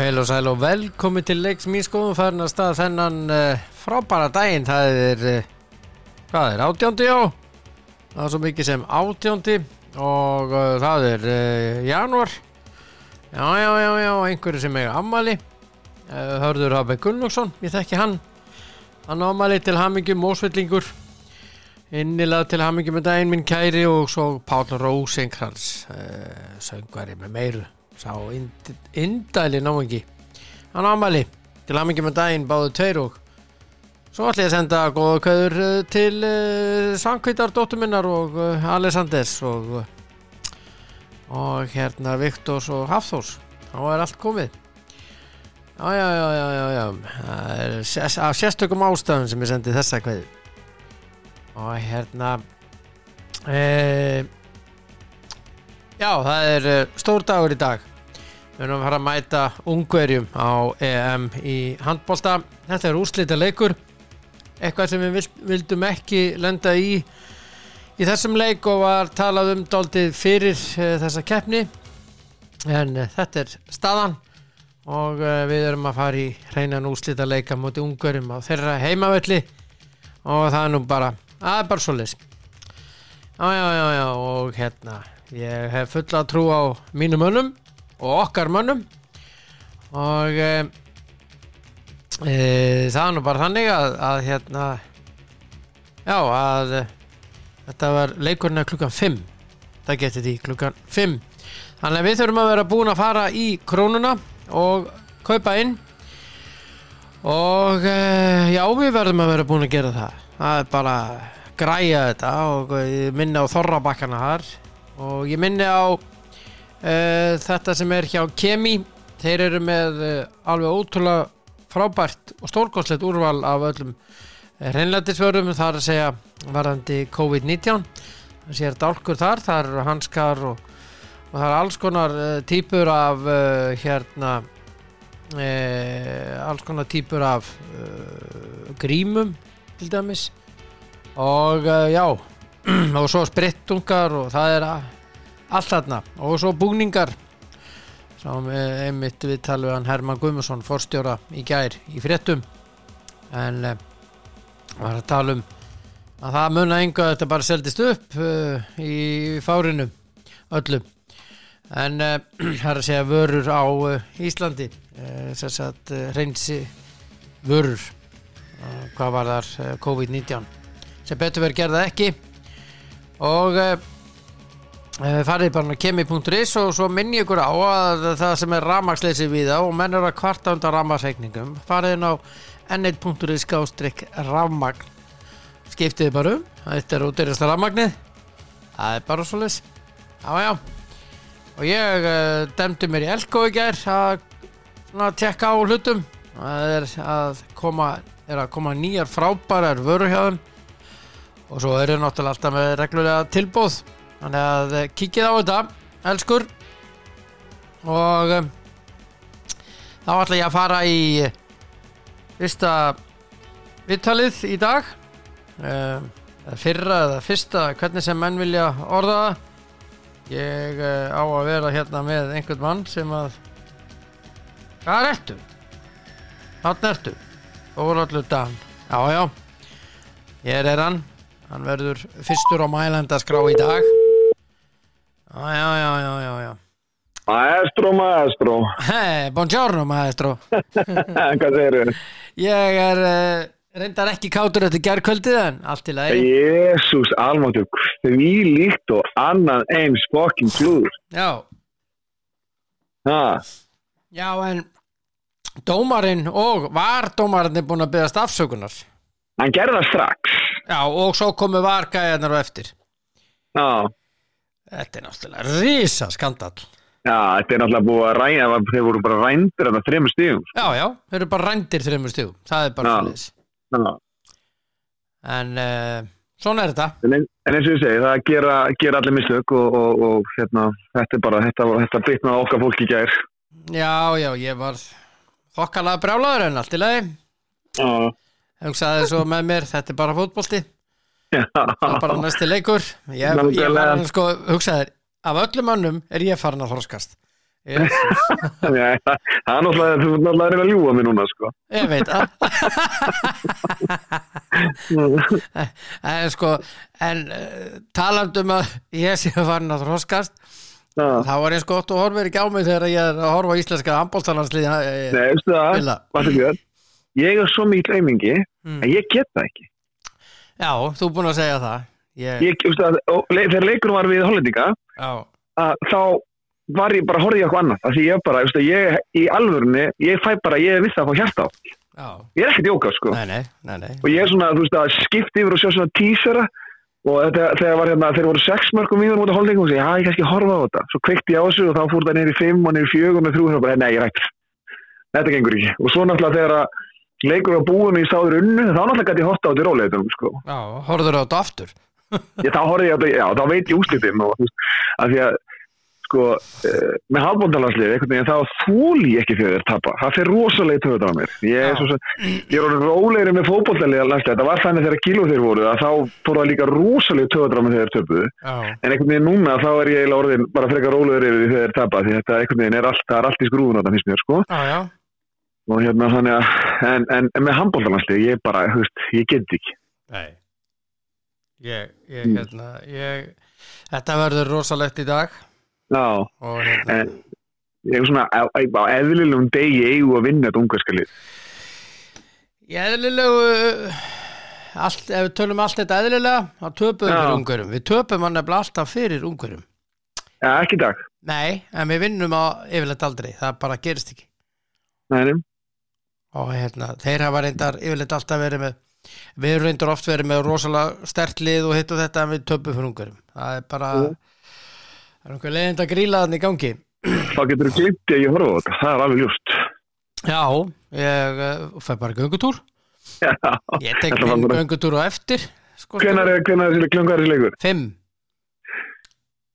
Heil og sæl og velkomin til leiks mín skoðum farin að stað þennan uh, frábæra daginn það er uh, hvað er átjóndi já það er svo mikið sem átjóndi og uh, það er uh, janúar já já já já einhverju sem eiga ammali uh, Hörður Habe Gunnlóksson ég þekki hann hann á ammali til hamingjum mósvillingur innilega til hamingjum með daginn minn kæri og svo Páll Rósinkrans uh, söngvari með meiru sá ind- indæli námingi hann á ammali til hamingjum með daginn báðu tveir og Svo ætlum ég að senda góða kveður eh, til uh, Sankvítar dóttur minnar og uh, Alessanders og, og hérna Viktors og Hafþórs. Þá er allt komið. Já, já, já, já, já, já. Það er sés- af sérstökum ástæðum sem ég sendi þessa kveðu. Og hérna... E, já, það er eh, stór dagur í dag. Við erum að fara að mæta ungverjum á EM í handbólta. Þetta er úrslita leikur. Eitthvað sem við vilt- vildum ekki lenda í í þessum leik og var talað um daldið fyrir eh, þessa keppni. En eh, þetta er staðan og eh, við erum að fara í hreinan úrslita leika múti ungverjum á þeirra heimavelli og það er nú bara, það er bara svoleiðis. Já, já, já, já, og hérna, ég hef fulla trú á mínum mönnum og okkar mönnum og e, e, það er nú bara þannig að, að hérna já að eh, þetta var leikurinn að klukkan 5 það getið því klukkan 5 þannig að við þurfum að vera búin að fara í krónuna og kaupa inn og e, já við verðum að vera búin að gera það það er bara að græja þetta og eh, ég minni á þorrabakkana þar og ég minni á Eh, þetta sem er hjá Kemi þeir eru með uh, alveg ótrúlega frábært og stórkostlegt úrval af öllum reynlætisvörum þar að segja varðandi COVID-19 það sér dálkur þar, það eru hanskar og, og það eru alls konar uh, típur af uh, hérna uh, alls konar típur af uh, grímum til dæmis og uh, já og svo sprittungar og það er að allt þarna og svo búningar sáum eh, einmitt við talið hann Herman Guðmundsson forstjóra í gær í fréttum en eh, var að tala um að það munna engu að þetta bara seldist upp uh, í fárinu öllu en uh, það er að segja vörur á uh, Íslandi uh, sem sagt uh, reynsi vörur uh, hvað var þar uh, COVID-19 sem betur verið gerða ekki og uh, Eh, farið bara á kemi.is og svo minni ykkur á að það sem er rafmagsleysi við á og menn eru að kvarta undan rafmagsreikningum farið inn á n1.is skástrykk rafmagn skiptið bara um, þetta er útýrasta rafmagnið það er bara svo leys já já og ég uh, demdi mér í Elko í gær að svona, tekka á hlutum það er að koma, er að koma nýjar frábærar vöruhjáðum og svo eru náttúrulega alltaf með reglulega tilbúð Þannig að eh, kíkið á þetta, elskur Og um, þá ætla ég að fara í eh, fyrsta vittalið í dag um, eða Fyrra eða fyrsta, hvernig sem menn vilja orða það Ég uh, á að vera hérna með einhvern mann sem að Hvað er ertu? Þarna ertu? Þóraldur Dan Já, já, ég er hann Hann verður fyrstur á mælendaskrá í dag Já, já, já, já, já, já. Maestro, maestro, Hey, buongiorno maestro hvað segir þér? Ég er uh, reyndar ekki kátur eftir gerkvöldið en allt í lagi Jésús almáttur, því líkt og annað eins fokkin klúður. Já, Ha, já en dómarinn og var dómarinn er búin að byggast afsökunar hann gerði það strax. Já, og svo komu vargæðarnar og eftir Já, Þetta er náttúrulega risa skandal já, þetta er náttúrulega búið að ræna, þeir voru bara rændir þetta þremur stífum. Já, já, þau eru bara rændir þreymur stífum Það er bara Já. svolítið Já, En uh, svona er þetta en, ein- en eins og ég segi, það gera, gera allir mislök og, og, og hérna, þetta er bara, þetta, þetta bytnaði okkar fólki í gær. Já, já, ég var þokkalega brjálaður en allt í lagi Já, hugsaði svo með mér, þetta er bara fótbolti já, það er bara næsti leikur ég, ég var Nákvæmlega. alveg sko, hugsaði, af öllum önnum er ég farin að þorskast Jesus. Nei, það það er náttúrulega, þú ert náttúrulega að reyna að ljúa mér núna, sko. Ég veit það. en sko, en uh, talandum að ég sé að farin að þroskast, Já. þá er eins gott og horfir ekki á mig þegar ég er að horfa á íslenska eh, ambóltalansliðina. Nei, veistu það, Villa. Valdur Björn, ég er svo mikið aumingi Mm. að ég get það ekki. Já, þú er búin að segja það. Ég, Ég, veistu það, og le- þegar leikur var við Hollendinga, Já, að þá var ég bara að horfa í eitthvað annað. af Því ég bara, veistu, ég, í alvörunni, ég fæ bara, ég er vissið að fá hjarta á. já, Ég er ekkert jóka, sko. nei, nei, nei, nei. Og ég er svona, þú veist, að skipta yfir og sjá svona tísera og þetta, þegar var hérna, þegar voru sex mörgum mínum út af holdingum og segja, já, ég kannski horfa á þetta. Svo kveikti ég á þessu og þá fór það neyri fimm og neyri fjögur með þrjú og bara, nei, ég rætt. Þetta gengur ekki. Og svo náttúrulega þegar að leikur á búinu í sáður unnu, þá náttúrulega gæti ég horta á þetta í róleitum, sko. Já, horfður á þetta aftur. Ég, þá horfði ég að, já, þá veit ég úslitum og þú veist, af því að, sko, eh, með hafbóndalansliði, einhvern veginn, þá þúli ég ekki þegar þeir tapa. Það fer rosalega töðut á mér. Ég Já. er svo sem, ég er orðin rólegri með fótbóndaliða landsliði. Það var þannig þegar kíló þeir voru, að þá fór það líka rosalega töðut á mér þegar þeir töpuðu. Já, En einhvern veginn núna, þá er ég eiginlega orðin bara frekar rólegri yfir því þegar þeir tapa, því þetta einhvern veginn er allt, það er allt í skrúfun á þetta, finnst mér, sko. já, já. Og hérna, þannig að, en, en, en með handbóltalanslið, ég bara, þú veist, ég get ekki. Nei Ég, ég, Mm. hérna, ég Þetta verður rosalegt í dag Já, og hérna, en ég er svona á, á á eðlilegum degi eigu að vinna þetta ungarska lið ég eðlilegu allt, ef við tölum allt þetta eðlilega þá töpum Já. við ungurum við töpum hann nefnilega alltaf fyrir ungurum ja, ekki í dag Nei, en við vinnum á yfirleitt aldrei það bara gerist ekki Nei, nei. og hérna, þeir hafa reyndar yfirleitt alltaf verið með við erum reyndar oft verið með rosalega stert lið og hitt og þetta en við töpum fyrir ungurum það er bara Mm. það er einhver leiðind að gríla þannig í gangi þá getur þú glimt að ég horfa á þetta það er alveg ljúst Já, ég uh, fæ bara göngutúr Ég tek Þetta var minn bara- göngutúr á eftir sko, hvenar er hvenar er þessi klungar þessi leikur? Fimm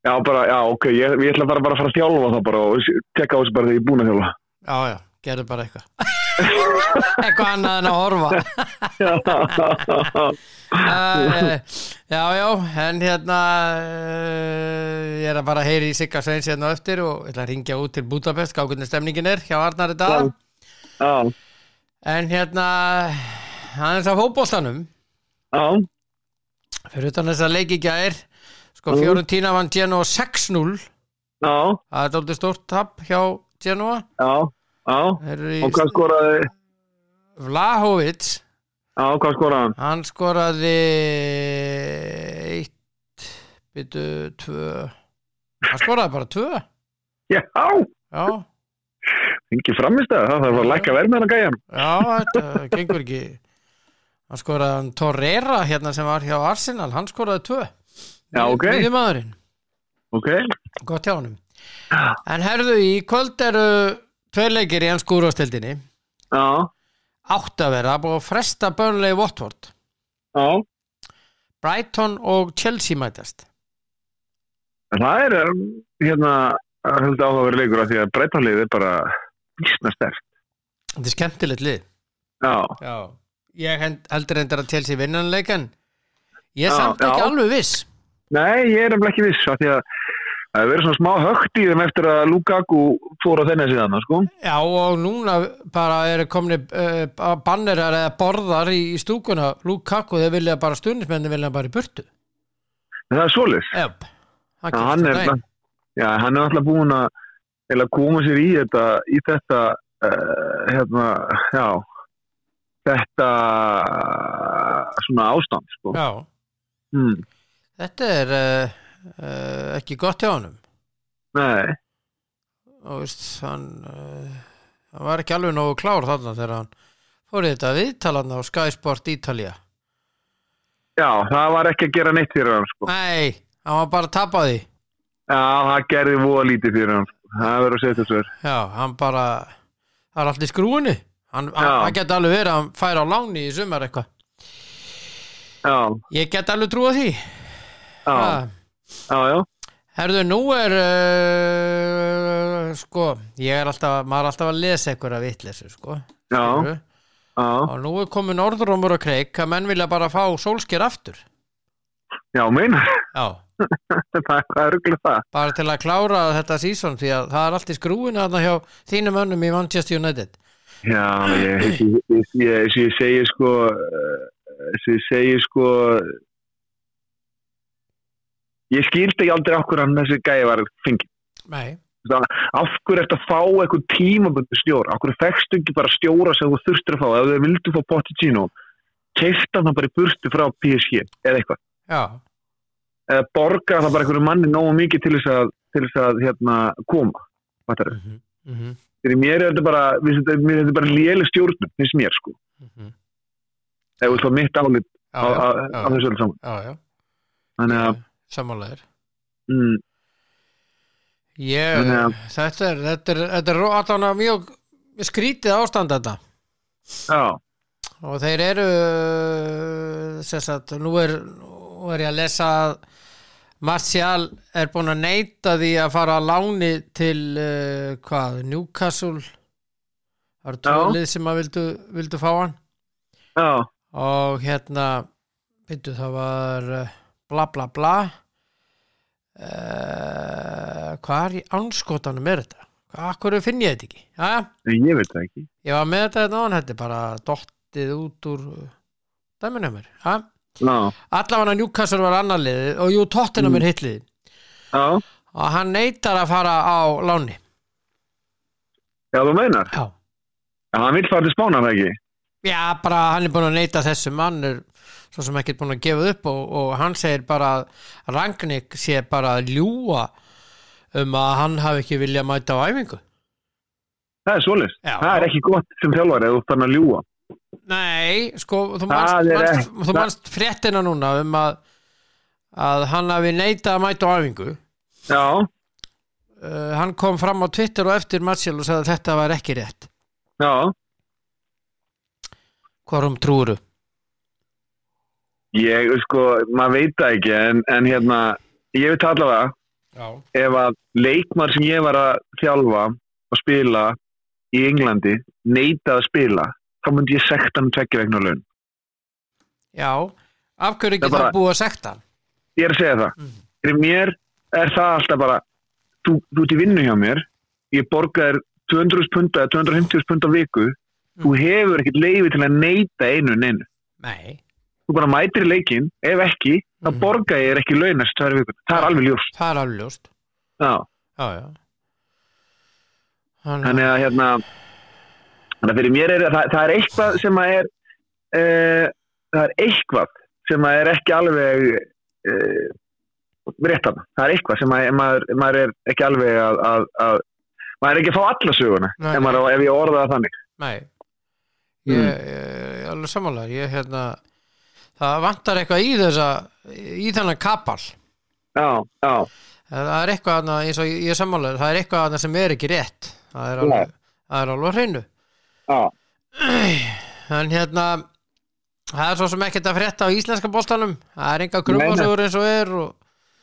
Já, bara, já, ok, ég, ég ætla bara, bara að fara að þjálfa það bara og s- tekka á þessu bara þegar ég er búin að þjálfa Já, já, gerðu bara eitthvað Eitthvað annað en að horfa uh, Já, já, en hérna uh, Ég er að bara heyri í Sigga Sveins hérna á eftir og ætla að ringja út til Budapest hvað hvernig stemningin er hjá Arnar í dag Já, En hérna hann er það fótboltanum já, fyrir utan þess að leiki gær Mm. sko Fiorentina vann Genoa 6-0 já, það er aldrei stórt tap hjá Genoa já, já Þeir eru í og hvað skoraði Vlahovic já, hvað skoraði hann? hann skoraði eitt byttu tvö hann skoraði bara tvö Já, já, ekki framist það, það þarf bara að lækka verð með hann að gæja já, þetta gengur ekki hann skoraði hann Torreira hérna sem var hjá Arsenal, hann skoraði tvö Já, ok. miðjumaðurinn, Ok, gott hjá honum Já. en herðu í kvöld eru tveir leikir í hans skúrastildinni já, átt að vera, búið að fresta Burnley Watford, já Brighton og Chelsea mætast En Það er um, hérna höldu áhugaverið leikur af því að breytanlið er bara vísna sterk. þetta er skemmtilegt lið Já, Já, ég hend- heldur reyndar að Chelsea vinnanleikan Ég er Já, samt ekki já. alveg viss nei, ég er nefnilega ekki viss af því að það hefur verið svona smá högt í þeim eftir að Lukaku fór á þenni síðan, sko. Já og núna bara eru komni uh, bannerar eða borðar í, í stúkuna Lukaku þeir vilja bara stundismenni vilja bara í burtu En það er svolis. Jöp, það Já, gerist hann er, þetta einn. já, hann er alltaf búin að eiginlega koma sér í þetta, í þetta, uh, hérna, já, þetta svona ástand, sko. Já, Mm, þetta er uh, uh, ekki gott hjá honum nei, og veist, hann, uh, hann var ekki alveg nógu klár þarna þegar hann fór í þetta viðtalan á Sky Sport Ítalía já, það var ekki að gera neitt fyrir hann, sko. Nei, hann var bara að tapa því Já, það gerði voða lítið fyrir hann. sko. Það verður að setja þessu verð. Já, hann bara það er allt í skrúinu hann, hann, Já. hann geti alveg verið að hann færa á láni í sumar eitthvað Já, ég get alveg trúa því já, Ha, já, já, herðu, nú er uh, sko, ég er alltaf maður er alltaf að lesa eitthvað að vitleysu sko, já, skilurðu. já, og nú er komin orðrómur og kreik að menn vilja bara fá sólskir aftur já, minn. já, það það er rugglega það. bara til að klára þetta sísón því að það er allt í skrúinu þarna hjá þínum önnum í Manchester United Já, ég, ég, ég, ég, eins og ég segi sko, eh, eins og ég segi sko, ég skildi ekki aldrei okkur hann þessi gæði var fengið. Nei, Af hverju ertu að fá eitthvað tímaböndu stjóra? Af hverju fekstu ekki bara stjóra sem þú þurftir að fá? Ef þau vildu fá Pochettino, keifta hann bara í burtu frá PSG eða eitthvað. já, Eða borga það bara einhverju manni nógu mikið til þess að, til þess að hérna, koma. Fattarðu? mhm, mhm, Fyrir mér er þetta bara, mér finnst þetta mér finnst þetta bara léli stjórnum, finnst mér sko. mhm. Ef þú þá mitt já, álit á- já, á á já, þessu öllu saman. já, já. Þannig að, sammálaður mm, ég, Þannig að- þetta er þetta er, þetta er ró- allan að mjög skrítið ástand þetta já, og þeir eru sem sagt, nú er, nú er ég að lesa að Martial er búin að neyta því að fara að láni til uh, hvað, Newcastle það eru Já. tólið sem að vildu, vildu fá hann já, og hérna byrju það var eh, bla bla bla uh, hvað er í anskotanum er þetta? Akkur finn ég þetta ekki? Jæja, en ég veit það ekki. ég var með þetta þetta án þetta er bara dottið út úr dæminum mér ha? Já, allavega Newcastle var annar liðið og jú Tottenham er hitt liðið já, og hann neytar að fara á láni já, þú meinar. já, Já, hann vil fara til spána hann ekki. já bara hann er búin að neyta þessu mann er svo sem ekkert búin að gefa upp og, og hann segir bara að Ragnik sé bara að ljúa um að hann hafi ekki viljað mæta á æfingu Það er svolist. Já. það er ekki gott sem þjálfari eða þú þannig að ljúa. Nei, sko, þú Það manst, er manst, ekki- þú manst fréttina núna um að, að hann hafi neitað að mæta á æfingu. Já, Uh, hann kom fram á Twitter og eftir Marcel og sagði að þetta var ekki rétt. já, Hvorum trúru? ég, sko, maður veit það ekki, en, en hérna, ég veit allavega Já. ef að leikmar sem ég var að þjálfa og spila í Englandi neitað að spila, þá myndi ég sekta hann tvekki vegna laun. Já, af hverju Það ekki bara- það búið að sekta hann? Ég er að segja það. Mhm. Fyrir mér er það alltaf bara, þú, þú ert í vinnu hjá mér, ég borga þér 200 pund eða 250 pund á viku, þú hefur ekkert leiði til að neita einu en einu. Nei, Þú bara mætir í leikin, ef ekki, þá Mhm. borga ég þér ekki laun þessi tværi viku. Það er alveg ljóst. það er alveg ljóst. Já. Já, já. Hann, Þannig að hérna, þannig að fyrir mér er það, það er eitthvað sem að er, uh, það er eitthvað sem að er ekki alveg uh, rétt af. Það er eitthvað sem að maður, maður er ekki alveg að, að, að maður er ekki að fá alla söguna Nei. ef, maður, á- ef ég orða það þannig. Nei, ég, Mm. ég, ég er alveg samanlega, ég hérna, það vantar eitthvað í þessa, í þennan kapal. Já, já, Það það er eitthvað annað, eins og ég- ég sammálaður, það er eitthvað annað sem er ekki rétt. Það er alveg, það er alveg á hreinu. já, En hérna, það er svo sem ekkert að frétta á íslenska bóltanum. Það er enga grúmasögur eins og er og...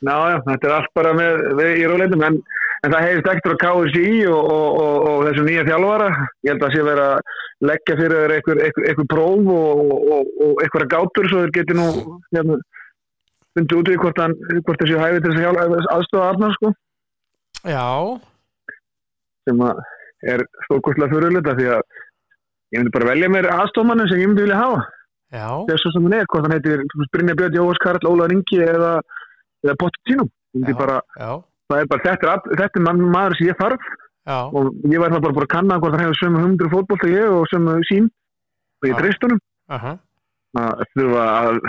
já, já, þetta er allt bara með, við, í róleitum en, en það hefist ektur á KSI og, og, og, og þessum nýja þjálfara. Ég held að sé verið að leggja fyrir þeir einhver, einhver, einhver próf og, og, og, og einhverja gátur svo þeir geti nú hérna, fundið út í hvort, hann, hvort þessi hæfi til þess að hjálpa aðstofa Arnar sko Já, sem að er stórkostlega fyrirluta því að ég myndi bara velja mér aðstofmannum sem ég myndi vilja hafa já, þessu sem hann er, hvort hann heitir til dæmis Brynja Björn, Jóhars Karl, Ólaður Ingi eða, eða Pottitínum Já. bara, já, það er bara þetta, er all- þetta er mann, maður sem ég þarf já, og ég væri það bara bara að kanna hvort hann hefur sömu hundru fótbolt og ég og sömu sín og Já. ég treyst honum aha, að þurfa að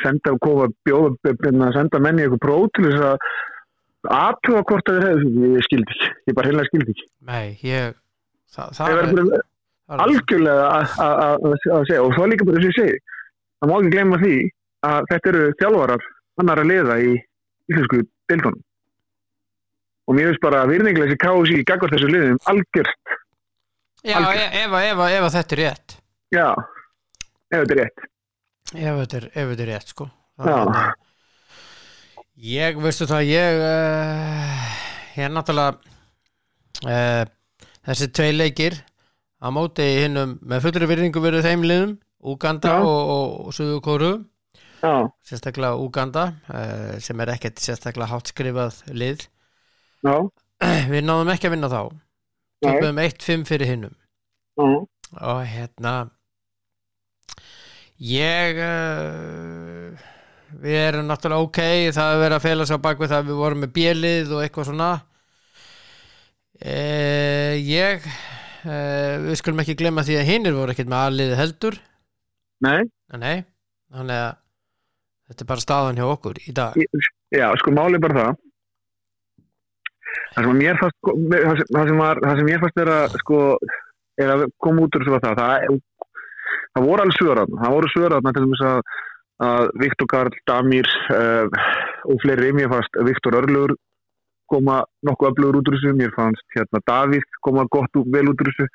senda og kofa bjóða, að senda menni eitthvað próf til þess að aðtuga hvort að þeir hefðu, ég skildi ekki, ég bara heila skildi ekki. nei, ég, það, það Það er... verður bara það er- algjörlega að- að- að að segja og svo líka bara þess að ég segi, það má ekki glemma því að þetta eru þjálfarar annar að liða í íslensku deildunum. Og mér finnst bara að virðinglega þessi KSI gagvart þessu liðum algjört, Já, algjör. e- ef, að- ef, að- ef að þetta er rétt. já, ef þetta er rétt. Ef þetta er, ef þetta er rétt, sko. Það er Já, hérna- Ég, veistu það, ég uh, ég er náttúrulega uh, þessi tvei leikir að móti hinnum með fullri virðingu verið þeim liðum Uganda Já. og, og, og Suðu Kóru já, sérstaklega Uganda eh, sem er ekkert sérstaklega háttskrifað lið já, við náðum ekki að vinna þá Nei. tökum 1-5 fyrir hinnum já, og hérna ég uh, við erum náttúrulega ok það er verið að fela sig á bakvið það að við vorum með bjelið og eitthvað svona uh, ég uh, við skulum ekki glemma því að hinnir voru ekkert með aðliði heldur nei, nei, þannig að þetta er bara staðan hjá okkur í dag já, sko málið er bara það. Það sem að mér fast, sko, það sem, það sem, var, það sem mér fast er að, sko, er að koma út úr þessu var það, það, það voru alveg svöraðna, það voru svöraðna til þess að, að Viktor Karl, Damir uh, og fleiri, mér fast Viktor Örlugur koma nokkuð öflugur út úr þessu, mér fannst hérna Davíð koma gott og vel út úr þessu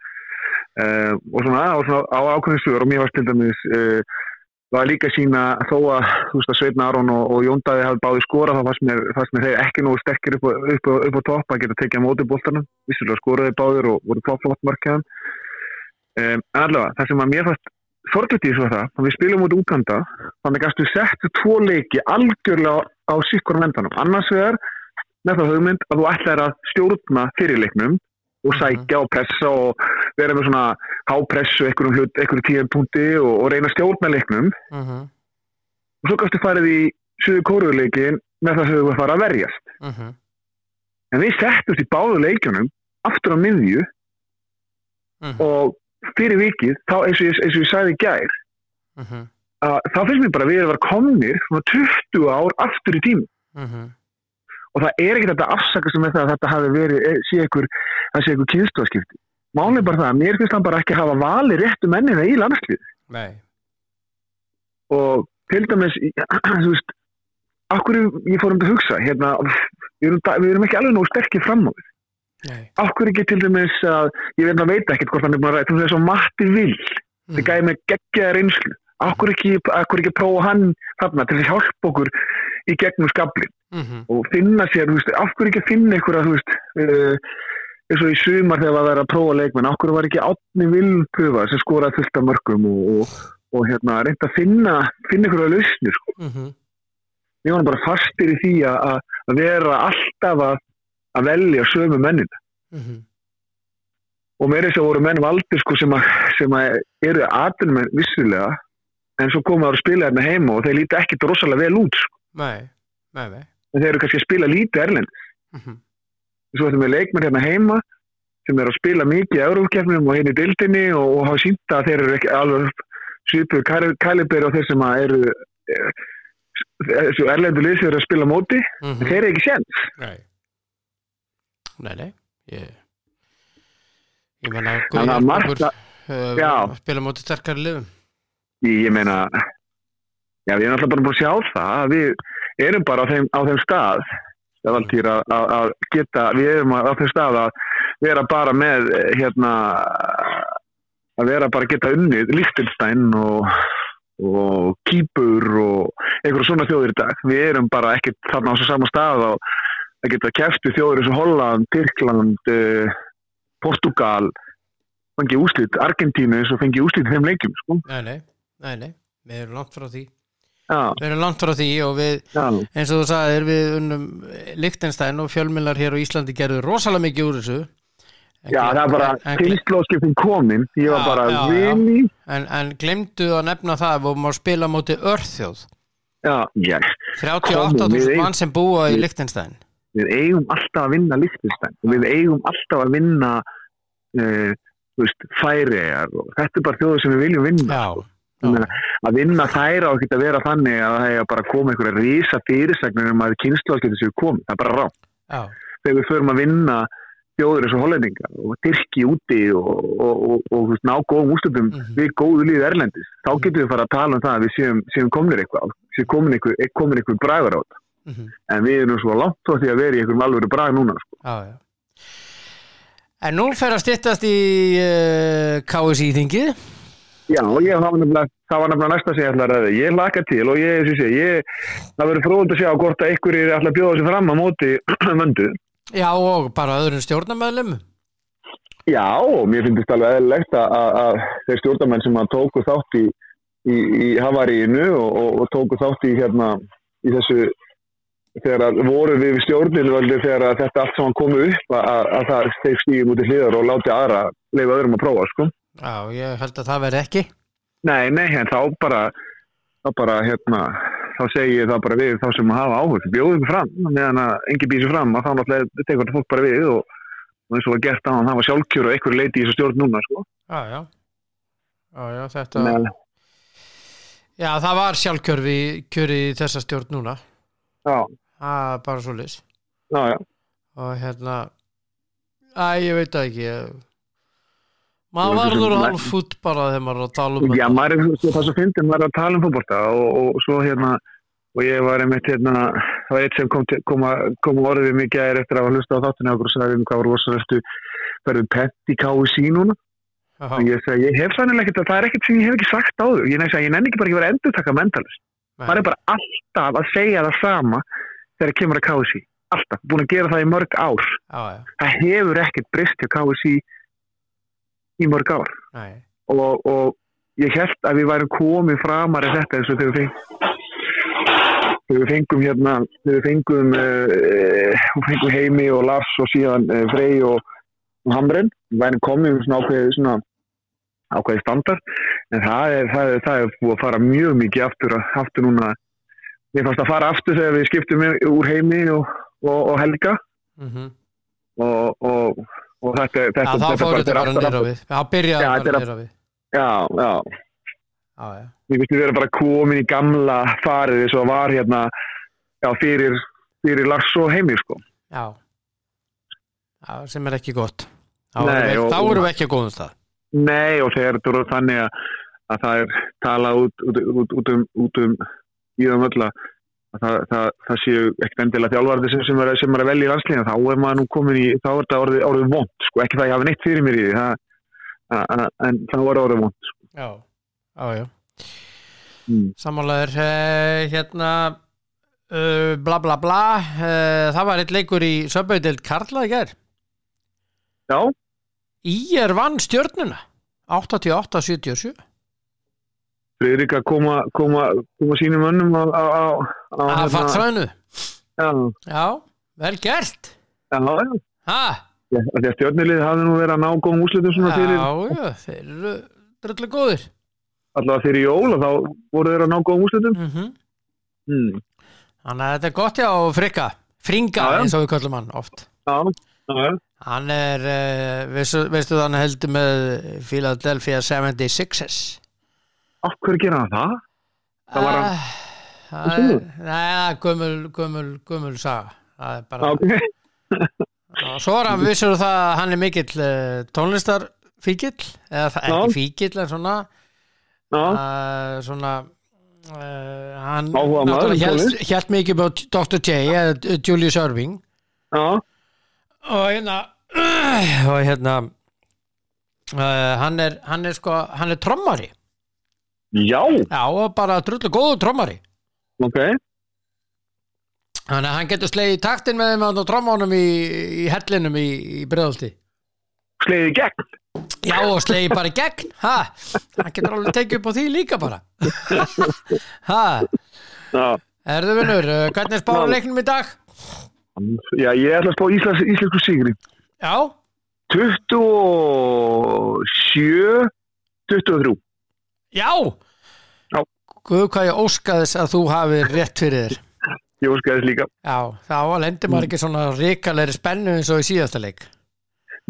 uh, og svona, og svona á ákveðin svör og mér varst til dæmis uh, var líka sína þó að þú veist að Sveitna Aron og, og Jóndaði hafi báði skora þá fannst mér, fannst mér þeir ekki nógu stekkir upp, á- upp, á- upp á topp að geta tekið á móti bóltanum, vissulega skoraði báðir og voru toppflott markaðan um, en allavega, það sem að mér fannst sorglitið svo það, þannig við spilum út útanda þannig gæstu settu tvo leiki algjörlega á, á sikkurum endanum annars vegar með það hugmynd að þú ætlar að stjórna fyrirleiknum og sækja og pressa og vera með svona hápressu einhverjum hlut, einhverjum tíðan punkti og, og reyna að stjórna leiknum mhm, mhm, og svo kannski farið í suðu kóruleikin með það sem þú fara að verjast mhm en við settumst í báðu leikjunum aftur á miðju mhm, og fyrir vikið þá eins og ég, eins og ég sagði í gær mhm, að þá finnst mér bara að við erum að vera komnir svona 20 ár aftur í tíma mhm og það er ekki þetta afsakast með það að þetta hafi verið, eh, sé ykkur, það sé ykkur kynstuðaskipti. Málið er bara það að mér finnst hann bara ekki hafa valið réttu mennina í landslið nei, og til dæmis, í- þú veist, akkur ég fór um þetta að hugsa, hérna, við erum, da- við erum ekki alveg nógu sterkir fram á því. nei Akkur ekki til dæmis að, ég veit að veit ekkert hvort hann er búin að ræða, þú veist, svo Matti Vill, mhm, það gæði með geggjaða reynslu. Akkur ekki, akkur ekki prófa hann þarna til þess að hjálpa okkur í gegnum skabli. mhm, og finna sér, þú veist, af hverju ekki að finna einhverja, þú veist, uh, eins og í sumar þegar var það að prófa leikmenn, af hverju var ekki átni vilpuða sem skoraði fullt af mörgum og, og, og hérna, reynda að finna, finna einhverja lausnir, sko. mhm Við varum bara fastir í því að- að að vera alltaf að, að velja sömu mennin. mhm Og meira þess að segja voru menn valdir, sko, sem, að, sem að eru atvinnumenn vissulega, en svo koma það að spila hérna heima og þeir líta ekkit rosalega vel út, sko. Nei, nei, nei En þeir eru kannski að spila lítið erlend. Mhm, svo ætlum við leikmenn hérna heima sem eru að spila mikið í Európkefnum og hérna í dildinni og, og hafa sínt að þeir eru ekki alveg svipuð kaliberi og þeir sem að eru eh, þessu erlendu lið sem eru að spila á móti mhm, en þeir eru ekki sens Nei Nei, nei Ég, ég menna Þannig að margt að- Já. eh, Spila móti sterkari liðum ég, ég meina já við erum alltaf bara búin að sjá það að við erum bara á þeim, á þeim stað það valdýr að, að, að geta við erum á þeim stað að vera bara með eh, hérna að vera bara að geta unnið Lichtenstein og, og Kýpur og einhverjum svona þjóðir í dag við erum bara ekkert þarna á þessu sama stað og að geta kæftu þjóðir eins og Holland, Tyrkland eh, Portugal fengi úslit, Argentínu eins og fengi úslit í þeim leikjum sko. Nei, nei, nei, nei Við erum langt frá því já, Við erum langt frá því og við já, eins og þú sagðir við unnum Lichtenstein og fjölmillar hér á Íslandi gerðu rosalega mikið úr þessu En já það er bara en- en- tilslóðskipin komin ég var Já, bara já, já. vini En, en glemdu að nefna það við vorum að spila móti örþjóð já, já, 38.000 við- mann sem búa í við- Lichtenstein við eigum alltaf að vinna Lichtenstein og við eigum alltaf að vinna uh, veist, færiðar og þetta er bara þjóður sem við viljum vinna Já, Ég meina, að vinna þær á ekki að vera þannig að það er bara að koma einhverja rísa fyrirsagnir um að kynnslóðskipti séu komið, það er bara rátt já, þegar við förum að vinna þjóður eins og hollendingar og Tyrki úti og, og, og, og, og ná góðum úrslutum Mhm. við góðu líð Erlendis þá getum við fara að tala um það að við séum, séum komnir eitthvað, séum komin einhver, e, komin einhver bragar á þetta, mhm en við erum svo langt frá því að vera í einhverjum alvöru brag núna sko. Já, já. En nú fer að styttast í uh, KSI þingið. Já, og ég, það var nefnilega, það var nefnilega næsta sem ég ætla að ræða. Ég laka til og ég, þessi sé, ég, það verður fróðund að sjá hvort að ykkur er alltaf að bjóða sig fram á móti möndu. Já, og bara öðrum stjórnarmöðlum. Já, og mér finnst þetta alveg eðlilegt að, að, að þeir stjórnarmenn sem að tóku þátt í í, í Havaríinu og, og, og tóku þátt í hérna í þessu þegar að voru við stjórnilvöldi þegar að þetta allt saman komu upp að, að- að það þeir stígjum út í hliðar og láti aðra leifa öðrum að prófa sko. Já, ég held að það verði ekki. Nei, nei, en þá bara þá bara hérna þá segi ég það bara við þá sem hafa áhug bjóðum fram, meðan að engin býsi fram að þá náttúrulega tekur þetta fólk bara við og, og eins og var gert á hann, það var sjálfkjör og einhver leiti í þessu stjórn núna sko. Já, já. Já, já, þetta... Nei, Já, það var sjálfkjörfi kjöri í þessa stjórn núna. já, Það er bara svo lis. já, já, Og hérna... Æ, ég veit það ekki. Ég... Maður Þú veist varður ekki, nei. hálf fútt bara þegar maður er að tala um já, maður er svo það svo fyndin maður er að tala um fótbolta og, og svo hérna og ég var einmitt hérna það var eitt sem kom, til, kom, að, kom að orðið mikið að er eftir að hafa hlusta á þáttinu okkur og sagði um hvað voru rosalöftu verður pett í KVC núna þetta. og ég segi, ég hef þannig ekkert að það er ekkert sem ég hef ekki sagt áður, ég nefnir að ég nenni ekki bara ekki að vera endur taka mentalist, maður er bara alltaf að segja það sama þegar kemur að KSI, alltaf, búin að gera það í mörg ár, Já, já, það hefur ekkert brist til KSI í mörg ár nei. og, og ég held að við værum komið framar en þetta eins og þegar við fengum þegar við fengum hérna þegar við fengum, uh, fengum heimi og Lars og síðan uh, Frey og, og Hamren við værum komið með svona ákveðið svona ákveðið standard en það er, það, er, það er búið að fara mjög mikið aftur, aftur núna við fannst að fara aftur þegar við skiptum úr heimi og, og, og Helga Mm og, og, og þetta, Já, þetta, þá fór þetta fer bara aftur- nýra við. Já, byrjaði Já, þetta er bara að- nýra við. já, já, Já, já. Mér finnst við vera bara komin í gamla farið eins og var hérna já, fyrir, fyrir Lars og heimi sko. Já. Já, sem er ekki gott. Þá Nei, erum við- og- þá erum við ekki að góðum stað. Nei og þegar þetta voru þannig að, að það er talað út, út, út, út um, út um í það möll að það, það, það séu ekkert endilega þjálfarði sem, sem, er, að- sem er að velja í landslíðan þá er maður nú komin í, þá er þetta orðið, orðið vond sko, ekki það ég hafi neitt fyrir mér í því það, að, að, en það var orðið vond sko. Já, já, já. mm. Samanlegar, eh, hérna, uh, bla bla bla, eh, það var eitt leikur í söpaudild Karla í gær. Já, Íer vann stjörnuna, 88-77. Friðrik að koma, koma, koma sínum önnum á, á, á, á Það fatt já, sræðinu. já, Já, vel gert. já, Ha? Já, af Því að stjórnilið hafði nú verið að ná góðum úslitum Já, svona fyrir, já, þeir eru dröllu góðir. allavega fyrir jól og þá voru þeir að ná góðum úslitum. Mm Hmm. Mm. Þannig að þetta er gott já og frikka, fringa Já, já. eins og við kallum hann oft. Já, já, Hann er, uh, veistu, veistu þannig heldur með Philadelphia 76ers af hverju gera hann það? Það var hann- Eh, Það er, Þú eh, nei, það er gömul, gömul, gömul saga Það er bara Já, ok. og Svo er hann vissur það að hann er mikill uh, tónlistarfíkill eða það er Já. ekki fíkill en svona Já, uh, svona uh, hann Áhugamaður um hélt, hélt mikið bá Dr. J eða eh, Julius Irving já, og hérna og hérna uh, hann er hann er sko, hann er trommari já, já og bara drullu góðu trommari ok, þannig að hann getur slegið í taktin með þeim á trommunum í, í hellinum í, í breðaldi sleiði í gegn. já og slegið bara í gegn ha, hann getur alveg tekið upp á því líka bara ha, Já, erðu vinnur eh, hvernig er spáður leiknum í dag? já ég ætla að spá Íslands, íslensku sigri. já, 27, 23. já Já. Guð hvað ég óskaðis að þú hafið rétt fyrir þér Ég óskaði þess líka. Já, þá lendir maður ekki svona ríkalegri spennu eins og í síðasta leik.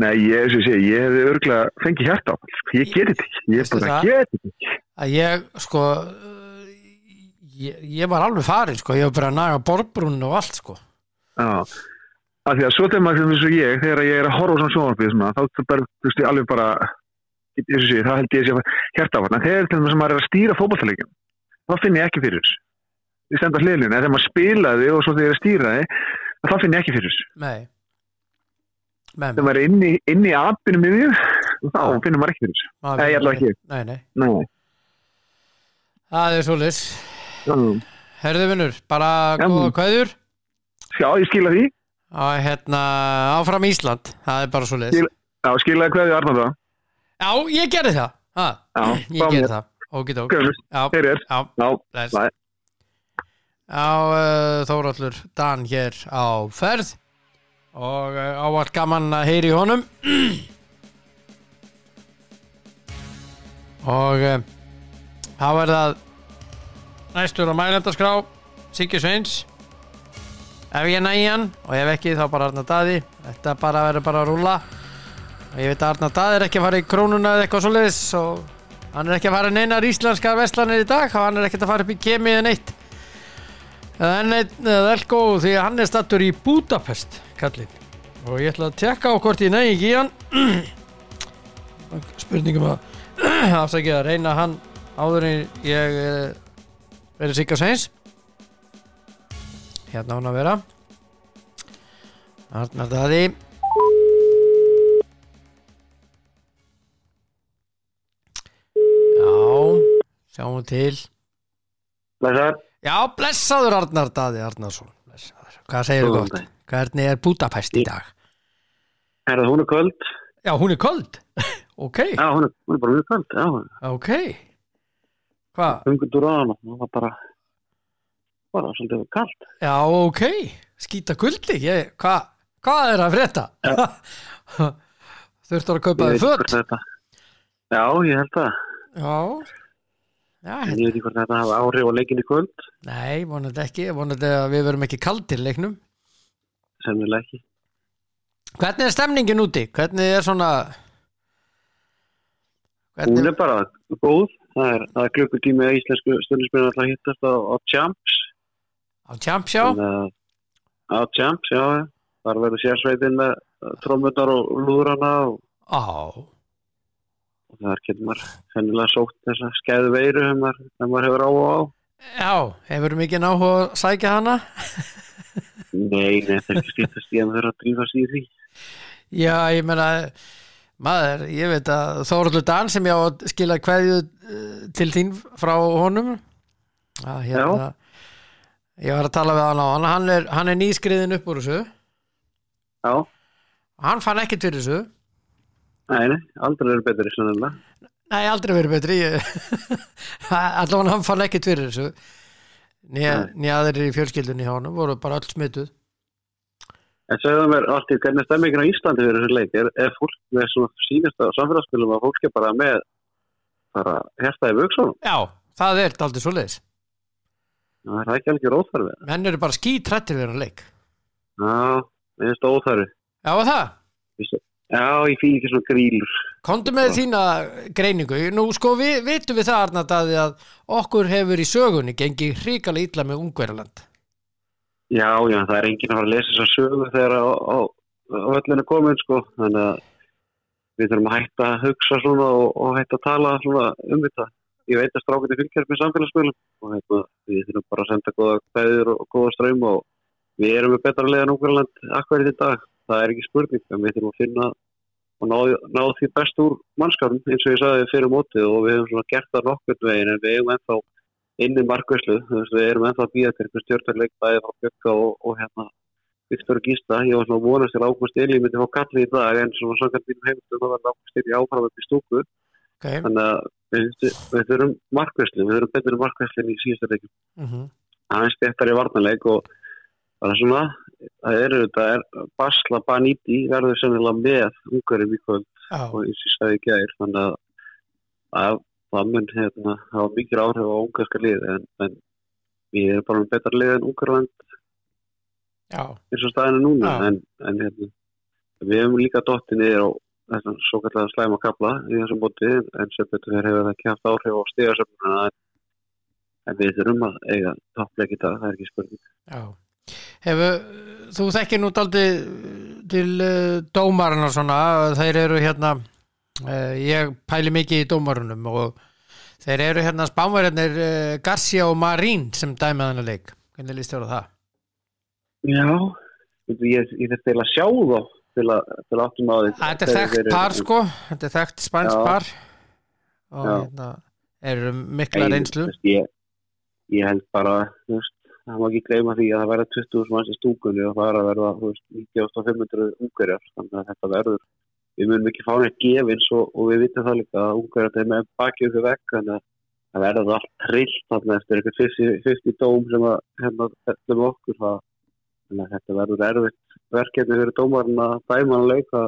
Nei, ég, sem ég segi, ég hefði örgulega fengið hjarta á það. Ég get þetta ekki, ég Veistu bara það? get þetta ekki. Að ég, sko, uh, ég, ég var alveg farinn, sko, ég var bara að naga borbrúninu og allt, sko. Já, af því að svo þegar maður sem eins og ég, þegar ég er að horfa á svona sjónvarpið svona, þá er bara, þú veist, ég alveg bara eins og sé, það held ég að sé hjartafarn, en þegar til þess að maður er að stýra fótballtalegjum þá finn ég ekki fyrir þessu ég stend að hliðlinu, en þegar maður spilaði og svo þegar ég er að stýra þið þá finn ég ekki fyrir þessu, Nei. Með þegar maður er inni, inni í atbyrnum í því, þá finnir maður ekki fyrir þessu Nei, ég allavega ekki. Nei, nei. Nei, Það er svolítið. já, Herðu vinnur, bara Já. góða kveður já, ég skila því og hérna áfram Ísland. Það er bara svolítið. Skil- já, skilaði hverju Arnóða Já, ég gerði það. Ha, Já, ég fá gerði mér. það. Ókei, tók. Gömur, Já, þeir er. já, Já, bless. Bye. Já, uh, Þóraldur Dan hér á ferð og uh, áallt gaman að heyri honum og uh, þá er það næstur á mælendaskrá Siggi Sveins ef ég næ hann og ef ekki þá bara Arna Daði þetta bara verður bara að rúla og ég veit að Arna Daði er ekki að fara í krónuna eða eitthvað svoleiðis og hann er ekki að fara í neinar íslenskar veslanir í dag og hann er ekki að fara upp í kemiðið neitt eða enn einn eða elko því að hann er stattur í Budapest kallinn og ég ætla að tekka á hvort ég næ ekki í hann spurningum að afsækja að reyna hann áður en ég eh, verið sikka sæns hérna á hann að vera Arnar Daði Já, sjáum til Blessaður. Já, blessaður Arnar Daði Arnarsson blessaður. Hvað segir þú Góðan gott? daginn. Hvernig er Budapest í dag? Er það hún er kvöld? Já, hún er köld Ok, Já, hún er, hún er bara mjög kvöld. Já, ok Hvað? hungundur á hana. Það var bara, bara svolítið kallt. Já, ok Skýta kuldi, ég, hvað Hvað er að frétta? Þurftur að kaupa þér Ég veit föt hvort þetta- Já, ég held það. Já Já, En hérna- ég veit ekki hvort þetta hafa áhrif á leikin í kvöld. nei, vonandi ekki vonandi að við verum ekki kaldir leiknum Sennilega ekki. Hvernig er stemningin úti? Hvernig er svona Hún Hvernig... er bara góð. Það er, það er klukkutími að íslensku stundinspilin alltaf hittast á, á Champs. á Champs, já Þannig að- Á Champs, já. já. Þar verður sérsveitin með trómmunar og lúðrana og, Á, og þar getur maður sennilega sótt þessa skæðu veiru ef maður, ef maður hefur á og á. Já, hefur mikið náhuga að sækja hana? Nei, nei, það er ekki stýttast í að maður þurfa að drífa sér í því. Já, ég meina, maður, ég veit að Þóruldur Dan sem ég á að skila kveðju eh, til þín frá honum. Að, hérna, ég var að tala við hann á hann, hann er, hann er nýskriðin upp úr þessu, Já, hann fann ekkert fyrir þessu. nei, nei, aldrei eru betri sennilega. Nei, aldrei verið betri, ég- allavega hann fann ekkert fyrir þessu. Nei. Nýjaðir í fjölskyldunni hjá honum voru bara öll smituð. En segðu mér, Artur, hvernig er stemmingin á Íslandi fyrir þessu leik? Er, er fólk með svona sínast á samfélagsmiðlum að fólk er bara með bara hérta í vöksunum? Já, það er daldið svoleiðis. Það er ekki alveg óþarfið. Menn eru bara skítrættir við hann leik. Já, mér finnst það óþarfið. Já, var það? Já, ég fýl ekki svona grílur. Komdu með þína greiningu. Nú sko, við vitum við það, Arnardaði, að okkur hefur í sögunni gengið hrikalega illa með Ungverjaland. Já, já, það er enginn að fara að lesa þessa sögu þegar á, á, á völlinu komin, sko. Þannig að við þurfum að hætta að hugsa svona og, og hætta að tala svona um þetta. Ég veit að strákunni fylgjast með samfélagsmiðlum og hérna, við þurfum bara að senda góða kveður og góða ströym og við erum með betra leiðan Ungarland akkur í dag. Það er ekki spurning, en við þurfum að finna og ná, ná því best úr mannskapnum eins og ég sagði fyrir mótið og við hefum svona gert það nokkurn veginn en við hefum ennþá inn í markvæslu, þú veist, við erum ennþá að býja til einhver stjórnarleik bæði frá Bjökka og, og hérna Viktor Gísta, ég var svona að vonast til að Ágúst Eli myndi fá kalli í dag en svona sangan mínum heimildum það var Ágúst Eli áfram upp í stúku Okay. þannig að við, við þurfum markvæslu, við þurfum betur markvæslu en í síðasta leikum Mm aðeins bettari varnarleik og bara svona, það eru þetta er Basla Baniti verður sennilega með ungarum í kvöld og eins og ég sagði ekki aðeins þannig að, að það mun hérna, hafa mikil áhrif á ungarska lið en, en við erum bara með betra lið en ungarland Já, eins og staðinu núna Já. en, en hérna, við hefum líka dotti niður á þessan svo kallega slæma kapla í þessum bóti en sem betur fyrir hefur það ekki haft áhrif á stíðasöfnuna en, en við þurfum að eiga toppleik í dag, það er ekki spurning já. Hefur, þú þekkir nú daldið til uh, dómarinn og svona, þeir eru hérna, uh, ég pæli mikið í dómarunum og þeir eru hérna spánverðinir uh, Garcia og Marín sem dæmið hann að leik. Hvernig líst þér á það? Já, Veitu, ég, ég þarf til að sjá þá til að, til að áttum á því Þetta er þekkt par sko, þetta er þekkt spænsk Já. par og Já. hérna eru mikla Nei, reynslu. þú veist, Ég, ég held bara, þú veist, það má ekki gleyma því að það verða 20.000 manns í stúkunni og það er að verða, þú veist, 9500 ungarjar, þannig að þetta verður, við munum ekki fá neitt gefins og, og við vitum það líka að ungarjar þeim er bakið þau vekk, þannig að það verður allt trillt þarna eftir eitthvað 50, 50 dóm sem að hérna fellum okkur það, þannig að þetta verður erfitt verkefni fyrir dómarinn að dæma hann leik það,